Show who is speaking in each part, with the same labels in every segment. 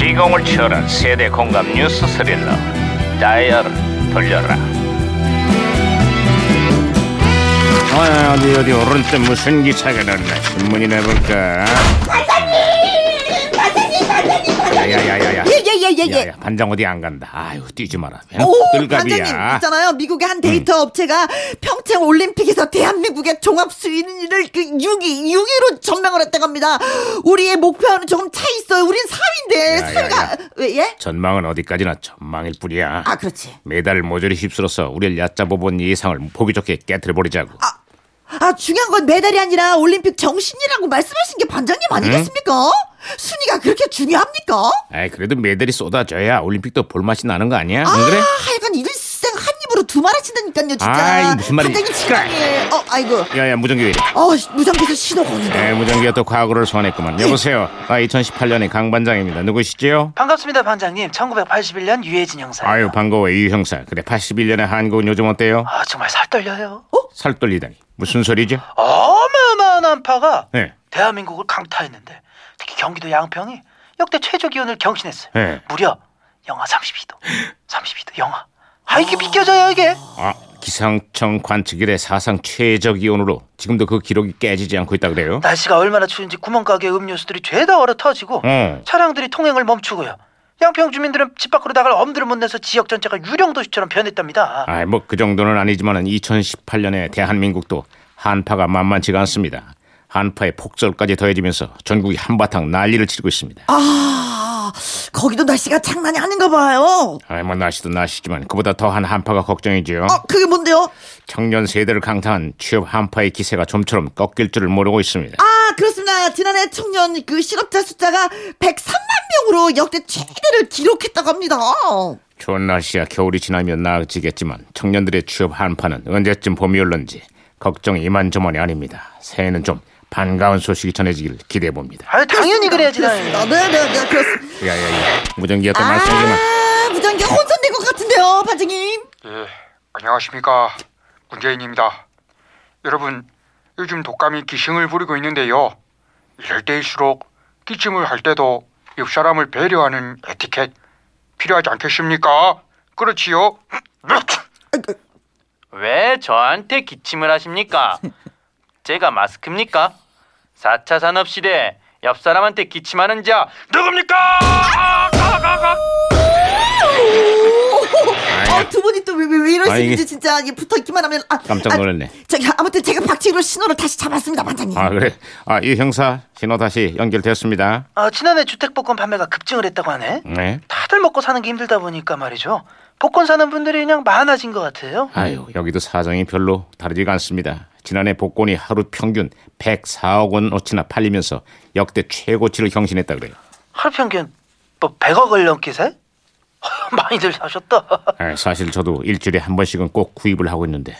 Speaker 1: 내용을 치열한 세대 공감 뉴스 스릴러 다이얼을 돌려라
Speaker 2: 아, 어디 어디 오른때 무슨 기사가 났나 신문이나 볼까? 야야야야야.
Speaker 3: 예예예예 예.
Speaker 2: 야야 반장 어디 안 간다. 아유 뛰지 마라.
Speaker 3: 오, 반장님
Speaker 2: 들갑이야. 음.
Speaker 3: 있잖아요. 미국의 한 데이터 업체가 평창 올림픽에서 대한민국의 종합 수위를 그 6위, 6위로 전망을 했다갑니다. 우리의 목표와는 조금 차 있어요. 우린 4위인데
Speaker 2: 야, 야,
Speaker 3: 4위가
Speaker 2: 야.
Speaker 3: 왜 예?
Speaker 2: 전망은 어디까지나 전망일 뿐이야.
Speaker 3: 아, 그렇지.
Speaker 2: 메달을 모조리 휩쓸어서 우리를 얕잡아본 예상을 보기 좋게 깨뜨려 버리자고.
Speaker 3: 아, 중요한 건 메달이 아니라 올림픽 정신이라고 말씀하신 게 반장님
Speaker 2: 음?
Speaker 3: 아니겠습니까? 순위가 그렇게 중요합니까?
Speaker 2: 아이 그래도 메달이 쏟아져야 올림픽도 볼맛이 나는 거 아니야? 안 음, 그래?
Speaker 3: 아, 하여간 일생 한 입으로 두 말 하신다니까요, 진짜.
Speaker 2: 아이, 무슨 그러니까. 말이야.
Speaker 3: 반장님 시간이에요. 어, 아이고.
Speaker 2: 야야 무전기 왜 이래?
Speaker 3: 어, 무전기에서 신호가 오는데.
Speaker 2: 에 무전기가 또 과거를 소환했구만. 여보세요. 아 2018년의 강 반장입니다. 누구시지요?
Speaker 4: 반갑습니다, 반장님. 1981년 유해진 형사.
Speaker 2: 아유 반가워 이 형사. 그래 81년의 한국은 요즘 어때요?
Speaker 4: 아, 정말 살 떨려요.
Speaker 2: 살 떨리다니 무슨 소리죠?
Speaker 4: 어마어마한 한파가
Speaker 2: 네.
Speaker 4: 대한민국을 강타했는데 특히 경기도 양평이 역대 최저 기온을 경신했어요.
Speaker 2: 네.
Speaker 4: 무려 영하 32도. 32도 영하. 아 이게 믿겨져요 이게?
Speaker 2: 아 기상청 관측 이래 사상 최저 기온으로 지금도 그 기록이 깨지지 않고 있다 그래요?
Speaker 4: 날씨가 얼마나 추운지 구멍가게 음료수들이 죄다 얼어 터지고
Speaker 2: 어.
Speaker 4: 차량들이 통행을 멈추고요. 양평 주민들은 집 밖으로 나갈 엄두를 못 내서 지역 전체가 유령 도시처럼 변했답니다.
Speaker 2: 아이 뭐 그 정도는 아니지만은 2018년에 대한민국도 한파가 만만치가 않습니다. 한파의 폭설까지 더해지면서 전국이 한바탕 난리를 치고 있습니다.
Speaker 3: 아, 거기도 날씨가 장난이 아닌가 봐요.
Speaker 2: 아이 뭐 날씨도 날씨지만 그보다 더한 한파가 걱정이지요.
Speaker 3: 어, 그게 뭔데요?
Speaker 2: 청년 세대를 강타한 취업 한파의 기세가 좀처럼 꺾일 줄을 모르고 있습니다.
Speaker 3: 아, 그렇습니다. 지난해 청년 그 실업자 숫자가 103만 명으로 역대 최대를 기록했다고 합니다.
Speaker 2: 좋은 날씨야 겨울이 지나면 나아지겠지만 청년들의 취업 한파는 언제쯤 봄이 올는지 걱정이 이만저만이 아닙니다. 새해는 좀 반가운 소식이 전해지길 기대해 봅니다.
Speaker 4: 아유 당연히 그래야지 당연히.
Speaker 3: 그렇습니다. 네, 네, 네, 그렇습니다.
Speaker 2: 야야야, 무전기가 또그 말썽이나.
Speaker 3: 아, 무전기 혼선된 것 같은데요, 반장님.
Speaker 5: 예, 안녕하십니까 문재인입니다. 여러분, 요즘 독감이 기승을 부리고 있는데요. 이럴 때일수록 기침을 할 때도 옆 사람을 배려하는 에티켓 필요하지 않겠습니까? 그렇지요?
Speaker 6: 왜 저한테 기침을 하십니까? 제가 마스크입니까? 4차 산업 시대 옆 사람한테 기침하는 자
Speaker 3: 어, 두 분이 또 왜 왜
Speaker 2: 아, 아니,
Speaker 3: 이러시는지
Speaker 2: 이게-
Speaker 3: 진짜 이게 붙어 있기만 하면 아,
Speaker 2: 깜짝 놀랐네.
Speaker 3: 아, 저기 아무튼 제가 박치기로 신호를 다시 잡았습니다, 반장님.
Speaker 2: 아 그래, 아이 형사 신호 다시 연결되었습니다.
Speaker 4: 아 지난해 주택 복권 판매가 급증을 했다고 하네.
Speaker 2: 네.
Speaker 4: 다들 먹고 사는 게 힘들다 보니까 말이죠. 복권 사는 분들이 그냥 많아진 것 같아요.
Speaker 2: 아유 여기도 사정이 별로 다르지가 않습니다. 지난해 복권이 하루 평균 104억 원어치나 팔리면서 역대 최고치를 경신했다 그래요.
Speaker 4: 하루 평균 뭐 100억을 넘게 세? 허, 많이들 사셨다.
Speaker 2: 아, 사실 저도 일주일에 한 번씩은 꼭 구입을 하고 있는데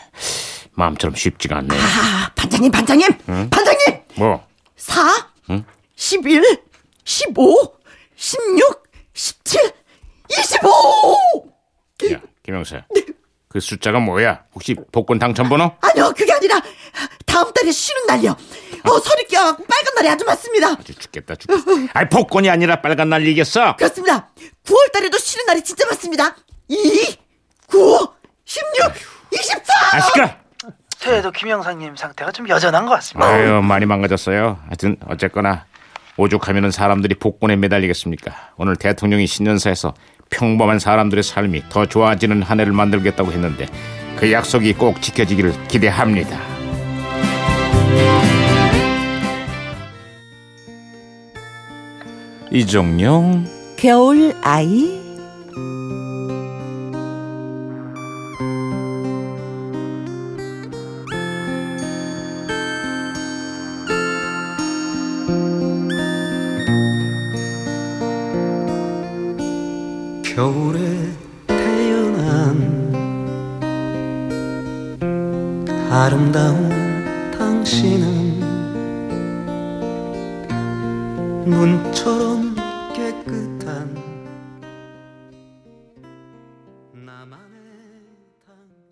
Speaker 2: 마음처럼 쉽지가 않네요.
Speaker 3: 아, 반장님, 반장님, 반장님.
Speaker 2: 뭐?
Speaker 3: 4, 11, 15, 16, 17, 25!
Speaker 2: 야, 김영사. 그 숫자가 뭐야? 혹시 복권 당첨번호?
Speaker 3: 아니요, 그게 아니라, 다음 달에 쉬는 날이요. 어, 설이 껴갖고 빨간 날이 아주 많습니다.
Speaker 2: 아주 죽겠다 죽겠다. 아이 복권이 아니라 빨간 날리겠어.
Speaker 3: 그렇습니다. 9월 달에도 쉬는 날이 진짜 많습니다. 2, 9, 16, 24!
Speaker 2: 아 시끄러.
Speaker 4: 그래도 김 형사님 상태가 좀 여전한 것 같습니다.
Speaker 2: 아유 많이 망가졌어요. 하여튼 어쨌거나 오죽하면은 사람들이 복권에 매달리겠습니까? 오늘 대통령이 신년사에서 평범한 사람들의 삶이 더 좋아지는 한 해를 만들겠다고 했는데 그 약속이 꼭 지켜지기를 기대합니다. 이종용
Speaker 3: 겨울 아이?
Speaker 7: 겨울에 태어난 아름다운 당신은 눈처럼